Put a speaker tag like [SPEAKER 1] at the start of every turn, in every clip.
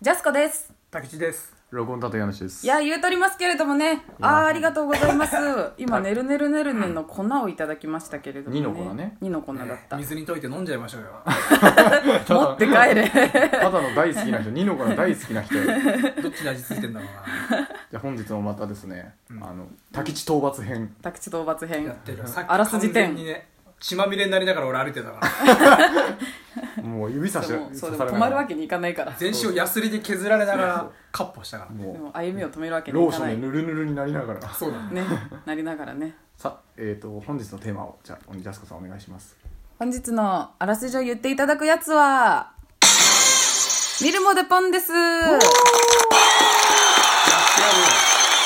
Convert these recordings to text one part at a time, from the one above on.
[SPEAKER 1] ジャスコです。
[SPEAKER 2] 竹地です。
[SPEAKER 3] 録音だと家主です。
[SPEAKER 1] いや、言うとりますけれどもね。あー、ありがとうござい ます。今、ねるねるねるねの粉をいただきましたけれども、ね。
[SPEAKER 3] 二の粉ね
[SPEAKER 1] 二の粉だ った。
[SPEAKER 2] 水に溶いて飲んじゃいましょうよ。
[SPEAKER 1] 持って帰 れ。
[SPEAKER 3] ただの大好 きな人、ニノコの大好きな人。じ
[SPEAKER 2] どっちに味付いてんだろ
[SPEAKER 3] ゃあ本日もまたですね、あの、滝地討伐編。
[SPEAKER 1] 宅地討伐
[SPEAKER 2] うな。や
[SPEAKER 1] 編
[SPEAKER 2] っ。てるよ。さっき
[SPEAKER 1] あらすじ点
[SPEAKER 2] 完全にね、血まみれになりながら俺歩いてた から。
[SPEAKER 3] もう指差し
[SPEAKER 1] でも、そう
[SPEAKER 3] 刺
[SPEAKER 1] でも
[SPEAKER 3] され
[SPEAKER 1] 止
[SPEAKER 3] な
[SPEAKER 1] ま
[SPEAKER 3] が
[SPEAKER 1] るわ
[SPEAKER 3] ら
[SPEAKER 1] けにいかないから。
[SPEAKER 2] 全身をヤスリで削られながら、カッポしたから。
[SPEAKER 1] で
[SPEAKER 3] も
[SPEAKER 1] も、歩みを止めるわけ
[SPEAKER 3] う、
[SPEAKER 1] に
[SPEAKER 3] ロ
[SPEAKER 1] い
[SPEAKER 3] ー
[SPEAKER 1] か
[SPEAKER 3] ショ
[SPEAKER 1] ない。
[SPEAKER 3] ンで
[SPEAKER 1] ね、
[SPEAKER 3] ぬるぬるになりながら。
[SPEAKER 2] そうだね。
[SPEAKER 1] なりながらね。
[SPEAKER 3] さえっ、と、本日のテーマを、じゃあ、鬼ジャスコさんお願いします。
[SPEAKER 1] 本日のあらすじを言っていただくやつは、ミルモデポンです。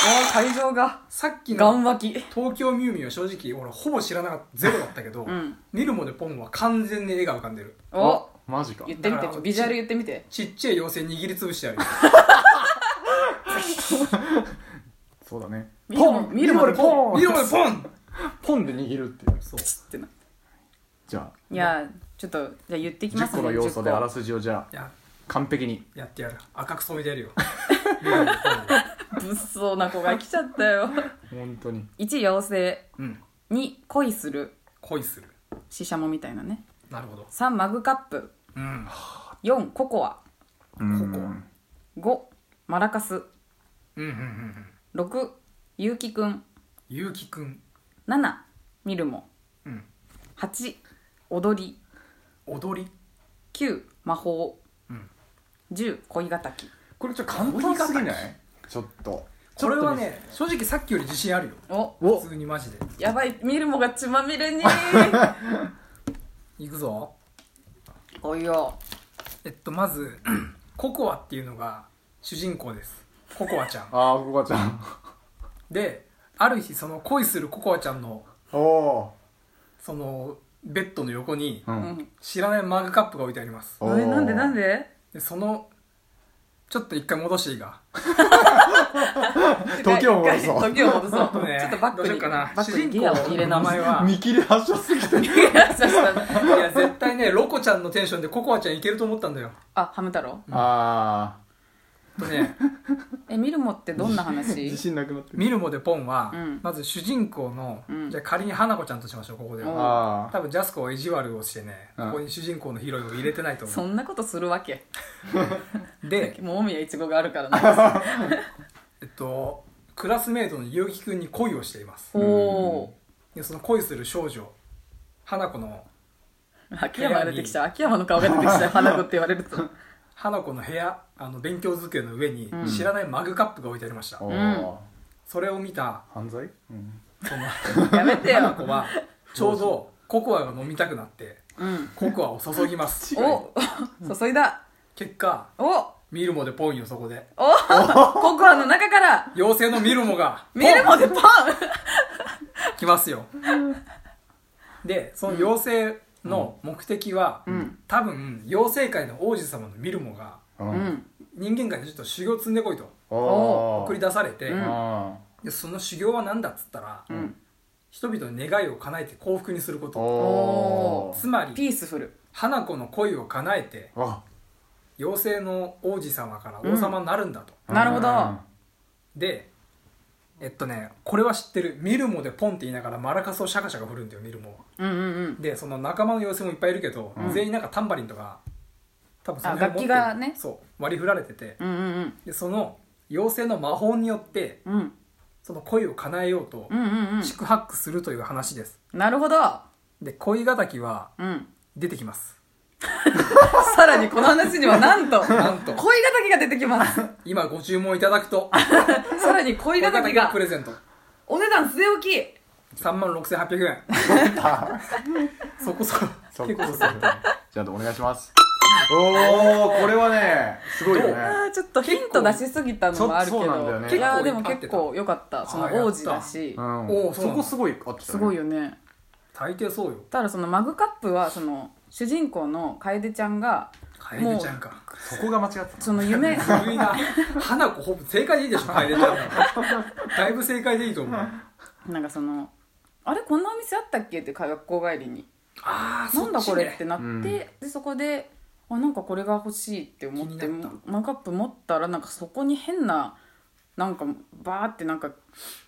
[SPEAKER 1] もう会場が、
[SPEAKER 2] さっき
[SPEAKER 1] ガン
[SPEAKER 2] の
[SPEAKER 1] 湧き。
[SPEAKER 2] 東京ミュウミュウは正直、俺ほぼ知らなかった。ゼロだったけど、
[SPEAKER 1] ん
[SPEAKER 2] 見るもでポンは完全に絵が浮かんでる。
[SPEAKER 1] お
[SPEAKER 3] あマジか。
[SPEAKER 1] 言ってみ
[SPEAKER 2] だ
[SPEAKER 1] て
[SPEAKER 2] から。
[SPEAKER 1] ビジュアル言ってみて。
[SPEAKER 2] ちっちゃい妖精握りつぶしてやるよ。
[SPEAKER 3] そうだね。
[SPEAKER 1] 見るも見るも
[SPEAKER 3] でポン
[SPEAKER 2] 見るもでポン
[SPEAKER 3] ポンで握るっていう。
[SPEAKER 2] そう。
[SPEAKER 1] ってな。
[SPEAKER 3] じゃ
[SPEAKER 1] いやちょっとじゃあ言ってい
[SPEAKER 3] あ、
[SPEAKER 1] きます
[SPEAKER 3] 10
[SPEAKER 1] ね
[SPEAKER 3] 個の要素で
[SPEAKER 1] 10
[SPEAKER 3] あらすじをじゃあ、
[SPEAKER 2] や、
[SPEAKER 3] 完璧に。
[SPEAKER 2] やってやる。赤く染めてやるよ。見るもでポンを
[SPEAKER 1] 物騒な子が来ちゃった よ
[SPEAKER 3] 本当に。
[SPEAKER 1] 1妖
[SPEAKER 2] うん。
[SPEAKER 1] 精2恋する
[SPEAKER 2] 恋する。
[SPEAKER 1] ししゃもみたいなね
[SPEAKER 2] なるほど。
[SPEAKER 1] 3マグカップ
[SPEAKER 2] うん。
[SPEAKER 1] 4ココア
[SPEAKER 3] ここ。
[SPEAKER 1] 5マラカス
[SPEAKER 2] うんうんうんうん。
[SPEAKER 1] 6ゆうきくん
[SPEAKER 2] ゆうきくん。
[SPEAKER 1] 7みるも
[SPEAKER 2] うん。
[SPEAKER 1] 8踊り
[SPEAKER 2] 踊り
[SPEAKER 1] 9魔法、
[SPEAKER 2] うん
[SPEAKER 1] 10恋敵
[SPEAKER 3] これちょっと簡単すぎないちょっと。
[SPEAKER 2] これはね正直さっきより自信あるよ
[SPEAKER 1] お
[SPEAKER 3] お
[SPEAKER 2] 普通にマジで
[SPEAKER 1] やばいみるもが血まみれ に
[SPEAKER 2] いくぞ
[SPEAKER 1] おいよ
[SPEAKER 2] えっとまず ココアっていうのが主人公ですココアちゃん
[SPEAKER 3] あー、ここがち ゃん。
[SPEAKER 2] である日その恋するココアちゃんの
[SPEAKER 3] おお
[SPEAKER 2] そのベッドの横に
[SPEAKER 3] ー。う。
[SPEAKER 1] うんん
[SPEAKER 2] 知らないマグカップが置いてあります
[SPEAKER 3] おー
[SPEAKER 1] えなんでなんで
[SPEAKER 2] でそのちょっと一回戻していいか
[SPEAKER 3] 時を戻そう
[SPEAKER 1] 時を戻そう。
[SPEAKER 2] とね
[SPEAKER 1] ちょっとバック
[SPEAKER 2] どうしよ
[SPEAKER 1] に、
[SPEAKER 2] うかな
[SPEAKER 1] バックに
[SPEAKER 2] 主人
[SPEAKER 1] ギアを
[SPEAKER 2] 公
[SPEAKER 1] 入れ
[SPEAKER 2] の名
[SPEAKER 1] 直し
[SPEAKER 2] 前は
[SPEAKER 3] 見切り発車すぎて
[SPEAKER 1] て。いやそうそう
[SPEAKER 2] いや絶対ねロコちゃんのテンションでココアちゃんいけると思ったんだよ
[SPEAKER 1] あ、ハム太郎
[SPEAKER 3] あ
[SPEAKER 2] とね
[SPEAKER 1] え、ミルモってどんな
[SPEAKER 3] あ
[SPEAKER 1] 話
[SPEAKER 3] 自信なくなってる
[SPEAKER 2] ミルモでポンは、
[SPEAKER 1] うん
[SPEAKER 2] まず主人公の、
[SPEAKER 1] うん
[SPEAKER 2] じゃあ仮に花子ちゃんとしましょうここで
[SPEAKER 1] お
[SPEAKER 2] は
[SPEAKER 3] ああ
[SPEAKER 2] 多分ジャスコは意地悪をしてね、
[SPEAKER 3] うん
[SPEAKER 2] ここに主人公のヒロインを入れてないと
[SPEAKER 1] そ
[SPEAKER 2] 思
[SPEAKER 1] んなことするわけ。
[SPEAKER 2] うで、
[SPEAKER 1] も う大宮いちごがあるからな。
[SPEAKER 2] えっと、クラスメートの結城くんに恋をしています
[SPEAKER 1] おお
[SPEAKER 2] でその恋する少女花子の
[SPEAKER 1] ー。秋山が出てきちゃう。秋山の顔が出てき ちゃう。花子って言われると。
[SPEAKER 2] 花子の部屋あの勉強机の上に
[SPEAKER 1] うん
[SPEAKER 2] 知らないマグカップが置いてありました、
[SPEAKER 3] お
[SPEAKER 1] うん
[SPEAKER 3] ー
[SPEAKER 2] それを見た
[SPEAKER 3] 犯罪うん
[SPEAKER 2] その
[SPEAKER 1] やめて
[SPEAKER 2] 花
[SPEAKER 1] よ。
[SPEAKER 2] 子はちょうどココアが飲みたくなって
[SPEAKER 1] うん。
[SPEAKER 2] ココアを注ぎます
[SPEAKER 1] お 注いだ。
[SPEAKER 2] 結果
[SPEAKER 1] おお
[SPEAKER 2] 見るもでポンよそこで
[SPEAKER 1] ココアの中から、
[SPEAKER 2] 妖精のミルモが
[SPEAKER 1] ミルモでパン
[SPEAKER 2] 来ますよでその妖精の目的は、
[SPEAKER 1] ん
[SPEAKER 2] 多分妖精界の王子様のミルモが
[SPEAKER 3] う
[SPEAKER 1] うんん。
[SPEAKER 2] 人間界でちょっと修行積んでこいと
[SPEAKER 3] お
[SPEAKER 2] 送り出されて、
[SPEAKER 1] う
[SPEAKER 3] うんん
[SPEAKER 2] でその修行は何だっつったら、
[SPEAKER 1] うん。
[SPEAKER 2] 人々の願いを叶えて幸福にするこ
[SPEAKER 3] お
[SPEAKER 2] と
[SPEAKER 3] お
[SPEAKER 2] つまり
[SPEAKER 1] ピースフル。
[SPEAKER 2] 花子の恋を叶えて
[SPEAKER 3] あ
[SPEAKER 2] 妖精の王子様から王様になるんだと、
[SPEAKER 1] なるほど
[SPEAKER 2] でえっとねこれは知ってるミルモでポンって言いながらマラカスをシャカシャカ振るんだよミルモは
[SPEAKER 1] うんうんうん。
[SPEAKER 2] でその仲間の様子もいっぱいいるけど、
[SPEAKER 3] うん
[SPEAKER 2] 全員なんかタンバリンとか多分その
[SPEAKER 1] あ楽器がね
[SPEAKER 2] そう割り振られてて
[SPEAKER 1] うんうん
[SPEAKER 2] でその妖精の魔法によって
[SPEAKER 1] うん。うん。
[SPEAKER 2] その恋を叶えようと
[SPEAKER 1] うんうんう
[SPEAKER 2] 宿泊するという話です
[SPEAKER 1] ん。なるほど。
[SPEAKER 2] で恋敵は
[SPEAKER 1] うん。
[SPEAKER 2] 出てきます
[SPEAKER 1] さらにこの話にはなんと、
[SPEAKER 2] なんと
[SPEAKER 1] 恋敵が出てきます。
[SPEAKER 2] 今ご注文いただく と
[SPEAKER 1] さらに恋
[SPEAKER 2] 恋
[SPEAKER 1] 敵
[SPEAKER 2] 敵が
[SPEAKER 1] が
[SPEAKER 2] プ、レゼント
[SPEAKER 1] お値段据え置き。
[SPEAKER 2] 3万6800円そこそこ
[SPEAKER 3] そ
[SPEAKER 2] 結
[SPEAKER 3] こ
[SPEAKER 2] 構
[SPEAKER 3] そ
[SPEAKER 2] そ
[SPEAKER 3] こ
[SPEAKER 2] こ
[SPEAKER 3] じゃあお願いしますおおこれはねすごいよね
[SPEAKER 1] ああ、ちょっとヒント出しすぎたのもあるけ
[SPEAKER 3] そうそうなんだよ
[SPEAKER 1] ど。
[SPEAKER 3] ね
[SPEAKER 1] いやーでも結構良かった。その王子だし
[SPEAKER 3] う。ん
[SPEAKER 2] おーそう
[SPEAKER 3] そ
[SPEAKER 2] なんだ
[SPEAKER 3] こすごい合ってたね
[SPEAKER 1] すごいよね。
[SPEAKER 2] 大抵そうよ
[SPEAKER 1] ただそのマグカップは、その、主人公の楓ちゃんが、
[SPEAKER 2] 楓ちゃんか
[SPEAKER 3] そこが間違ってた
[SPEAKER 1] その 夢、
[SPEAKER 2] 古いな花子ほぼ正解でいいでしょ楓ちゃん はだいぶ正解でいいと思う
[SPEAKER 1] なんかその、あれこんなお店あったっけって学校帰りに。
[SPEAKER 2] ああ
[SPEAKER 1] なんだこれってなっ
[SPEAKER 3] うん
[SPEAKER 1] て、で、そこで、ああなんかこれが欲しいって思って
[SPEAKER 2] 気になっ
[SPEAKER 1] マグカップ持ったらなんかそこに変ななんかバーってなんか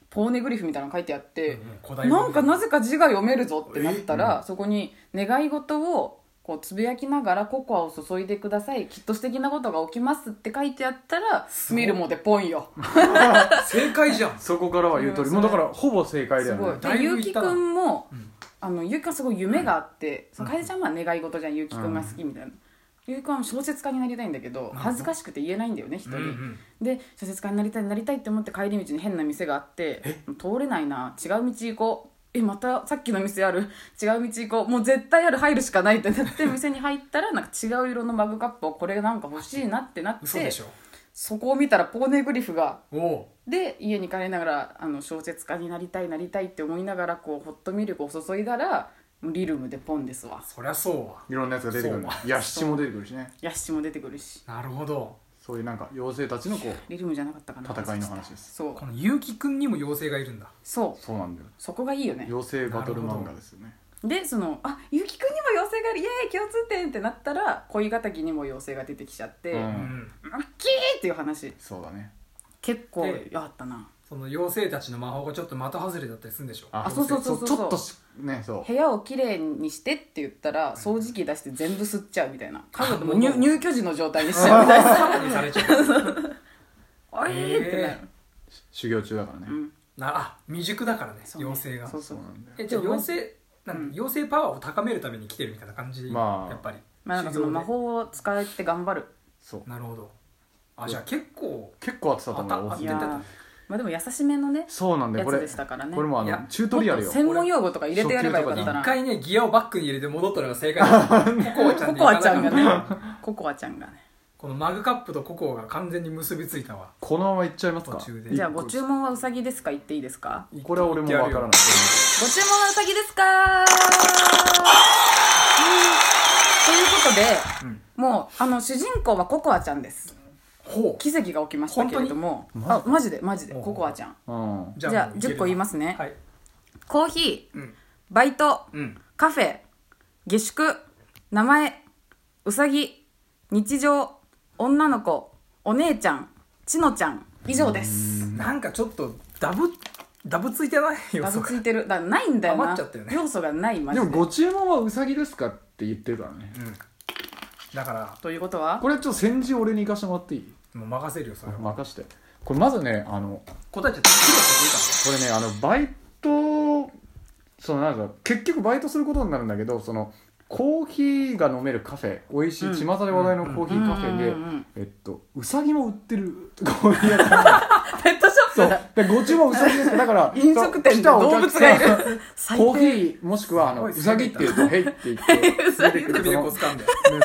[SPEAKER 1] ポーネグリフみたいなの書いてあって、
[SPEAKER 2] 古代語
[SPEAKER 1] なんかなぜか字が読めるぞってなったら、そこに願い事をこうつぶやきながらココアを注いでくださいきっと素敵なことが起きますって書いてあったら
[SPEAKER 2] ごい
[SPEAKER 1] 見るもでポンよ
[SPEAKER 2] 正解 じゃん
[SPEAKER 3] そこからは言う通りもうだからほぼ正解だ
[SPEAKER 1] す
[SPEAKER 3] よ
[SPEAKER 1] ごい
[SPEAKER 3] ね
[SPEAKER 2] だい
[SPEAKER 1] で
[SPEAKER 2] ぶ
[SPEAKER 1] ゆう
[SPEAKER 2] いっ
[SPEAKER 1] き
[SPEAKER 2] た
[SPEAKER 1] く
[SPEAKER 2] なん
[SPEAKER 1] も、
[SPEAKER 2] ん
[SPEAKER 1] あのゆうきくんすごい夢があって、その楓ちゃんは願い事じゃんゆうきくんが好きみたいな、ゆうきくんは小説家になりたいんだけど恥ずかしくて言えないんだよね人に、
[SPEAKER 2] うん
[SPEAKER 1] で小説家になりたいなりたいって思って帰り道に変な店があって通れないな違う道行こうえまたさっきの店ある違う道行こうもう絶対ある入るしかないってな って店に入ったらなんか違う色のマグカップをこれなんか欲しいなってなっ
[SPEAKER 2] 嘘
[SPEAKER 1] て
[SPEAKER 2] でしょ
[SPEAKER 1] そこを見たらポーネグリフが
[SPEAKER 2] おお
[SPEAKER 1] で家に帰りながらあの小説家になりたいなりたいって思いながらこうホットミルクを注いだらもうリルムでポンですわ
[SPEAKER 2] うそりゃそうわ
[SPEAKER 3] いろんなやつが出てくるね
[SPEAKER 2] そ
[SPEAKER 3] ヤシチも出てくるしね
[SPEAKER 1] ヤシも出てくるし
[SPEAKER 2] なるほど
[SPEAKER 3] そういうなんか妖精たちのこう
[SPEAKER 1] リルムじゃなかったかな
[SPEAKER 3] 戦いの話です
[SPEAKER 1] そう
[SPEAKER 2] この結城くんにも妖精がいるんだ
[SPEAKER 1] そう
[SPEAKER 3] そうなんだよ
[SPEAKER 1] そこがいいよね
[SPEAKER 3] 妖精バトル漫画ですよね
[SPEAKER 1] でその「あゆきくんにも妖精がいるイエーイ共通点!」ってなったら恋敵にも妖精が出てきちゃって「
[SPEAKER 3] う
[SPEAKER 1] ラッ
[SPEAKER 2] うんん
[SPEAKER 1] キー!」っていう話
[SPEAKER 3] そうだね
[SPEAKER 1] 結構
[SPEAKER 2] で
[SPEAKER 1] あったな
[SPEAKER 2] その妖精たちの魔法がちょっと的外れだったりするんでしょ
[SPEAKER 1] あそうそうそうそう
[SPEAKER 3] ちょっとしねそう
[SPEAKER 1] 部屋をきれいにしてって言ったら掃除機出して全部吸っちゃうみたい な家族も入入居時の状態にしちゃうみたいな
[SPEAKER 2] バカにされちゃ う
[SPEAKER 1] 「おい!」ってなる、
[SPEAKER 3] 修行中だからね、
[SPEAKER 1] うん
[SPEAKER 2] なあ未熟だからね
[SPEAKER 1] そうね
[SPEAKER 2] 妖精が
[SPEAKER 1] そう
[SPEAKER 3] そ
[SPEAKER 1] そうう
[SPEAKER 3] なんだよ
[SPEAKER 2] えじゃあ妖精なんだ妖精パワーを高めるために来てるみたいな感じ
[SPEAKER 3] まあ
[SPEAKER 2] やっぱり
[SPEAKER 1] まあなんかその魔法を使って頑張る
[SPEAKER 3] そう
[SPEAKER 2] なるほどあじゃあ結構
[SPEAKER 3] 結構合ってたと思うよ
[SPEAKER 2] あたあ
[SPEAKER 1] い
[SPEAKER 2] い
[SPEAKER 1] や
[SPEAKER 2] や
[SPEAKER 1] ーまあでも優しめのね
[SPEAKER 3] そうなんだよこれ
[SPEAKER 1] やつでしたからね
[SPEAKER 3] これもあ
[SPEAKER 2] い
[SPEAKER 3] の
[SPEAKER 2] や
[SPEAKER 3] チュート
[SPEAKER 1] もっ
[SPEAKER 3] リアル
[SPEAKER 1] と
[SPEAKER 3] よ
[SPEAKER 1] 専門用語とか入れてやればよかった
[SPEAKER 3] だ
[SPEAKER 2] 一
[SPEAKER 1] な
[SPEAKER 2] 回ねギアをバッグに入れて戻ったのが正解 だココアちゃん
[SPEAKER 1] コ
[SPEAKER 2] で
[SPEAKER 1] コアちゃんが
[SPEAKER 2] いかなかっ
[SPEAKER 1] ねココアちゃんがね
[SPEAKER 2] たこのマグカップとココアが完全に結びついたわ
[SPEAKER 3] このままいっちゃいますか
[SPEAKER 2] 途中で
[SPEAKER 1] じゃあご注文はうさぎですか言っていいですか
[SPEAKER 3] これは俺もわからない
[SPEAKER 1] ご注文はうさぎですかうんということで、もうあの主人公はココアちゃんです
[SPEAKER 2] ほう
[SPEAKER 1] 奇跡が起きましたけれども
[SPEAKER 3] 本当
[SPEAKER 1] あ
[SPEAKER 3] に
[SPEAKER 1] マジでマジで
[SPEAKER 2] ほう
[SPEAKER 1] ココアちゃん
[SPEAKER 3] うん
[SPEAKER 1] じゃあ10個言いますすね、
[SPEAKER 2] はい
[SPEAKER 1] コーヒー
[SPEAKER 2] うん
[SPEAKER 1] バイト
[SPEAKER 2] うん
[SPEAKER 1] カフェ下宿名前うさぎ日常女の子お姉ちゃんちのちゃん以上です
[SPEAKER 2] なんかちょっとダブダブついてないよ
[SPEAKER 1] ダ
[SPEAKER 2] そ
[SPEAKER 1] ブ
[SPEAKER 2] こ
[SPEAKER 1] ついてるだからないんだよな
[SPEAKER 2] 余っちゃったよね
[SPEAKER 1] 要素がないマジ
[SPEAKER 3] で
[SPEAKER 1] で
[SPEAKER 3] もご注文はウサギですかって言ってるからね
[SPEAKER 2] だから
[SPEAKER 1] ということは
[SPEAKER 3] これちょっと先陣俺に行かしてもらっていい
[SPEAKER 2] もう任せるよそれは
[SPEAKER 3] 任してこれまずねあの
[SPEAKER 2] 答えちゃってヒロシでいいか
[SPEAKER 3] これねあのバイトそのなんか結局バイトすることになるんだけどそのコーヒーが飲めるカフェ美味しい巷で話題のコーヒーカフェで、
[SPEAKER 1] うんうんうんうん
[SPEAKER 3] えっとうさぎも売ってる コーヒー屋さん
[SPEAKER 1] ペットショ
[SPEAKER 3] そ
[SPEAKER 1] ップ
[SPEAKER 3] うでご注文うさぎですからだから
[SPEAKER 1] 飲食店
[SPEAKER 3] そう
[SPEAKER 1] に
[SPEAKER 3] 来たお
[SPEAKER 1] 動
[SPEAKER 3] 客
[SPEAKER 1] 物
[SPEAKER 3] さん
[SPEAKER 1] がいる最低
[SPEAKER 3] コーヒーもしくはあの
[SPEAKER 2] すご
[SPEAKER 3] う
[SPEAKER 2] い
[SPEAKER 3] さぎって言うと「へい」って言っ て
[SPEAKER 1] へい
[SPEAKER 3] 出てく
[SPEAKER 2] ら
[SPEAKER 3] るそ
[SPEAKER 2] 首で
[SPEAKER 3] の
[SPEAKER 2] こつかんで
[SPEAKER 3] ねそうで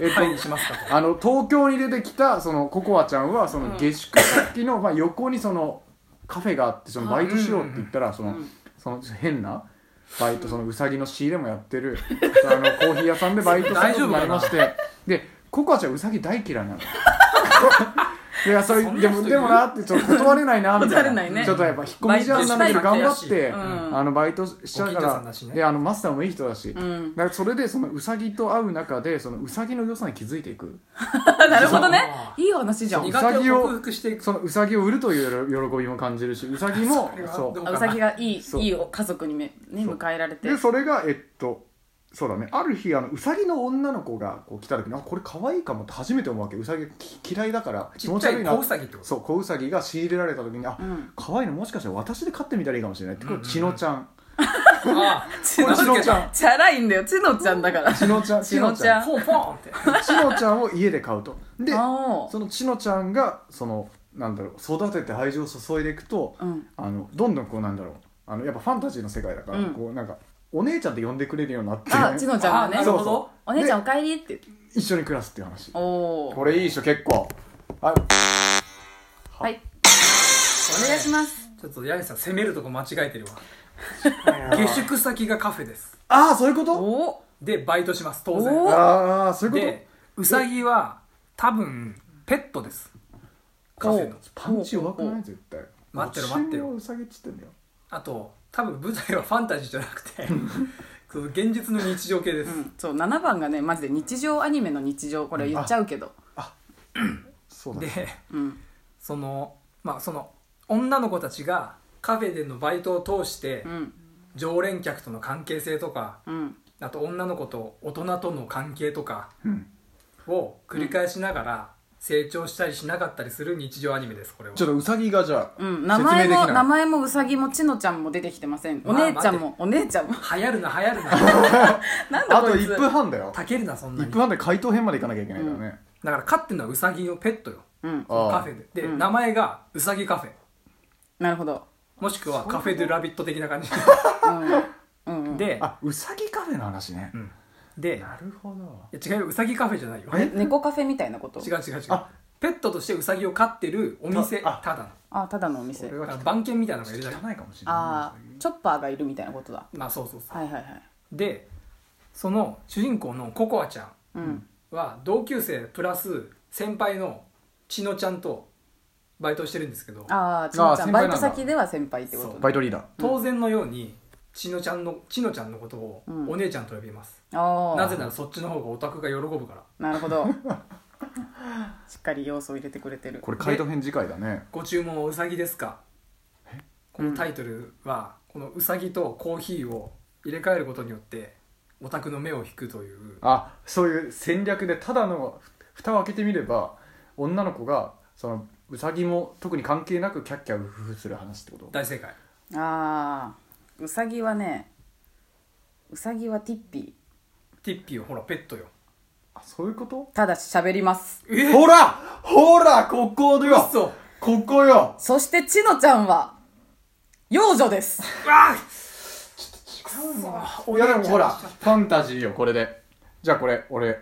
[SPEAKER 3] えっと、
[SPEAKER 2] はいにしますかと
[SPEAKER 3] あの東京に出てきたそのココアちゃんはその下宿先の、まあ、横にそのカフェがあってそのバイトしようって言ったらその,、その変なバイトそのうさぎの仕入れもやってるあのコーヒー屋さんでバイトすることになりましてでココアちゃんうさぎ大嫌いなの。いやそれ
[SPEAKER 2] そんな
[SPEAKER 3] で
[SPEAKER 2] 人
[SPEAKER 3] も
[SPEAKER 2] いる
[SPEAKER 3] でもなってちょっと断れないなみた
[SPEAKER 1] 断
[SPEAKER 3] いな
[SPEAKER 1] れないね
[SPEAKER 3] ちょっとやっぱ引っ込み思案なんだけど
[SPEAKER 1] バイ
[SPEAKER 3] 頑
[SPEAKER 1] ト
[SPEAKER 3] 張
[SPEAKER 2] し
[SPEAKER 3] った
[SPEAKER 2] い
[SPEAKER 3] て、
[SPEAKER 2] 人だし
[SPEAKER 1] うん
[SPEAKER 3] あのバイトしちゃうか
[SPEAKER 2] ご近所さん
[SPEAKER 3] ら
[SPEAKER 2] だしね
[SPEAKER 3] であのマスターもいい人だし、
[SPEAKER 1] ん
[SPEAKER 3] だからそれでそのうさぎと会う中でそのうさぎの良さに気づいていく
[SPEAKER 1] あなるほどね
[SPEAKER 2] そ
[SPEAKER 1] いい話じゃん
[SPEAKER 3] う
[SPEAKER 1] う
[SPEAKER 2] 苦手を克服していく
[SPEAKER 3] そのうさぎを売るという喜びも感じるしうさぎも
[SPEAKER 2] それは
[SPEAKER 3] そ
[SPEAKER 2] ど
[SPEAKER 3] う
[SPEAKER 2] う
[SPEAKER 1] さぎがいい
[SPEAKER 3] そう
[SPEAKER 1] いいお家族にめ、ね、
[SPEAKER 3] そう
[SPEAKER 1] 迎えられて
[SPEAKER 3] でそれがえっとそうだねある日あのうさぎの女の子がこう来た時にあこれ可愛いかもって初めて思うわけうさぎき嫌いだから気
[SPEAKER 2] ち
[SPEAKER 3] 持
[SPEAKER 2] っ
[SPEAKER 3] ち
[SPEAKER 2] ちゃ
[SPEAKER 3] 悪い
[SPEAKER 2] い
[SPEAKER 3] な
[SPEAKER 2] 小ウサギってこと
[SPEAKER 3] そう小うさぎが仕入れられた時にあ、
[SPEAKER 1] うん
[SPEAKER 3] 可愛いのもしかしたら私で飼ってみたらいいかもしれないって
[SPEAKER 2] う
[SPEAKER 3] これ
[SPEAKER 2] んうんうん
[SPEAKER 3] ちのちゃん
[SPEAKER 2] あ
[SPEAKER 1] ちの
[SPEAKER 3] これちのちゃん
[SPEAKER 1] チャラいんだよちのちゃんだから
[SPEAKER 3] ち のちゃん
[SPEAKER 1] ちのちゃ
[SPEAKER 2] あポンポンって
[SPEAKER 3] ちのちゃんを家で買うと で
[SPEAKER 1] あ
[SPEAKER 3] そのちのちゃんがそのなんだろう育てて愛情を注いでいくと、
[SPEAKER 1] あうん
[SPEAKER 3] あのどんどんこうなんだろうあのやっぱファンタジーの世界だから、
[SPEAKER 1] うん
[SPEAKER 3] こうなんかお姉ちゃんって呼んでくれるようになって、
[SPEAKER 1] あちのちゃん
[SPEAKER 2] あ
[SPEAKER 1] が
[SPEAKER 2] な
[SPEAKER 1] ね
[SPEAKER 2] る
[SPEAKER 3] そう
[SPEAKER 2] ほど
[SPEAKER 1] お姉ちゃんおかえりって
[SPEAKER 3] 一緒に暮らすっていう話
[SPEAKER 1] お
[SPEAKER 3] こ
[SPEAKER 1] お
[SPEAKER 3] れいいでしょ結構あ
[SPEAKER 1] はいお願いします
[SPEAKER 2] ちょっとヤギさん攻めるとこ間違えてるわ下宿先がカフェです
[SPEAKER 3] ああそういうこと
[SPEAKER 1] おお
[SPEAKER 2] でバイトします当
[SPEAKER 1] お
[SPEAKER 2] 然
[SPEAKER 3] ああそういうこ
[SPEAKER 2] でウサギは多分ペットですカフェの
[SPEAKER 3] とパンチ弱くない絶対
[SPEAKER 2] 待ってろ待ってろ
[SPEAKER 3] ご注文はうさぎっつってんだよ
[SPEAKER 2] あと多分舞台はファンタジーじゃなくてそう現実の日常系です、
[SPEAKER 1] うん、そう7番がねマジで日常アニメの日常これ言っちゃうけど
[SPEAKER 3] そうだね
[SPEAKER 2] で
[SPEAKER 1] うん
[SPEAKER 2] そのまあその女の子たちがカフェでのバイトを通して、
[SPEAKER 1] うん
[SPEAKER 2] 常連客との関係性とか
[SPEAKER 1] うん
[SPEAKER 2] あと女の子と大人との関係とか
[SPEAKER 3] うん
[SPEAKER 2] を繰り返しながら成長したりしなかったりする日常アニメですこれは
[SPEAKER 3] ちょっとウサギがじゃあ、
[SPEAKER 1] うん、名前も
[SPEAKER 3] 説明できない
[SPEAKER 1] 名前もうさぎもちのちゃんも出てきてませんお
[SPEAKER 2] まあ
[SPEAKER 1] 姉ちゃんも、お姉ちゃんも
[SPEAKER 2] 流行るな流行る な
[SPEAKER 1] なんだ
[SPEAKER 3] あ
[SPEAKER 1] こといつ
[SPEAKER 3] 1分半だよ
[SPEAKER 2] たけるなそんな
[SPEAKER 3] 1
[SPEAKER 2] に
[SPEAKER 3] 分半で回答編までいかなきゃいけないからね、
[SPEAKER 2] だから飼ってるのはウサギのペットよ
[SPEAKER 1] うん
[SPEAKER 3] ああ
[SPEAKER 2] カフェでで、
[SPEAKER 1] うん
[SPEAKER 2] 名前がウサギカフェ
[SPEAKER 1] なるほど、
[SPEAKER 2] もしくはカフェ・ドゥ・ラビット的な 感じ
[SPEAKER 1] うん、うんうん
[SPEAKER 2] で
[SPEAKER 3] あウサギカフェの話ね、
[SPEAKER 2] うんでい
[SPEAKER 3] なるほど
[SPEAKER 2] や違うよウサギカフェじゃないよ
[SPEAKER 3] え
[SPEAKER 1] 猫カフェみたいなこと
[SPEAKER 2] 違う違う違う
[SPEAKER 3] あ
[SPEAKER 2] ペットとしてウサギを飼ってるお店
[SPEAKER 3] あ
[SPEAKER 2] ただ
[SPEAKER 1] あただのお店
[SPEAKER 3] 俺
[SPEAKER 2] のだから
[SPEAKER 3] は
[SPEAKER 2] 番犬みたいなのがいるだけ
[SPEAKER 3] 汚いかもしれ
[SPEAKER 1] ああ
[SPEAKER 3] ない
[SPEAKER 1] チョッパーがいるみたいなことだ
[SPEAKER 2] まあそうそうそう
[SPEAKER 1] はいはいはい
[SPEAKER 2] でその主人公のココアちゃん
[SPEAKER 1] うん
[SPEAKER 2] は同級生プラス先輩のちのちゃんとバイトしてるんですけど
[SPEAKER 1] ああちのちゃん
[SPEAKER 3] 先輩
[SPEAKER 1] バ
[SPEAKER 3] な
[SPEAKER 1] イ
[SPEAKER 3] ん
[SPEAKER 1] ト
[SPEAKER 3] だ
[SPEAKER 1] 先では先輩ってこと
[SPEAKER 3] バイトリーダー
[SPEAKER 2] 当然のようにちのちゃんのちのちゃんのことを
[SPEAKER 1] うん
[SPEAKER 2] お姉ちゃんと呼びます、
[SPEAKER 1] あ あ
[SPEAKER 2] なぜならそっちの方がオタクが喜ぶから
[SPEAKER 1] なるほどしっかり要素を入れてくれてる
[SPEAKER 3] これ回答編次回だね
[SPEAKER 2] ご注文はウサギですかこのタイトルはこのウサギとコーヒーを入れ替えることによってオタクの目を引くという
[SPEAKER 3] あそういう戦略でただのふ蓋を開けてみれば女の子がそのウサギも特に関係なくキャッキャウフフする話ってこと
[SPEAKER 2] 大正解
[SPEAKER 1] ああうさぎはねうさぎはティッピ
[SPEAKER 2] ティッピーはほらペットよ
[SPEAKER 3] あそういうこと
[SPEAKER 1] ーただし喋ります
[SPEAKER 3] ほらほらここだよ
[SPEAKER 2] そう
[SPEAKER 3] ここよ
[SPEAKER 1] そしてちのちゃんは幼女です
[SPEAKER 3] いやでもほらファンタジーよこれでじゃあこれ俺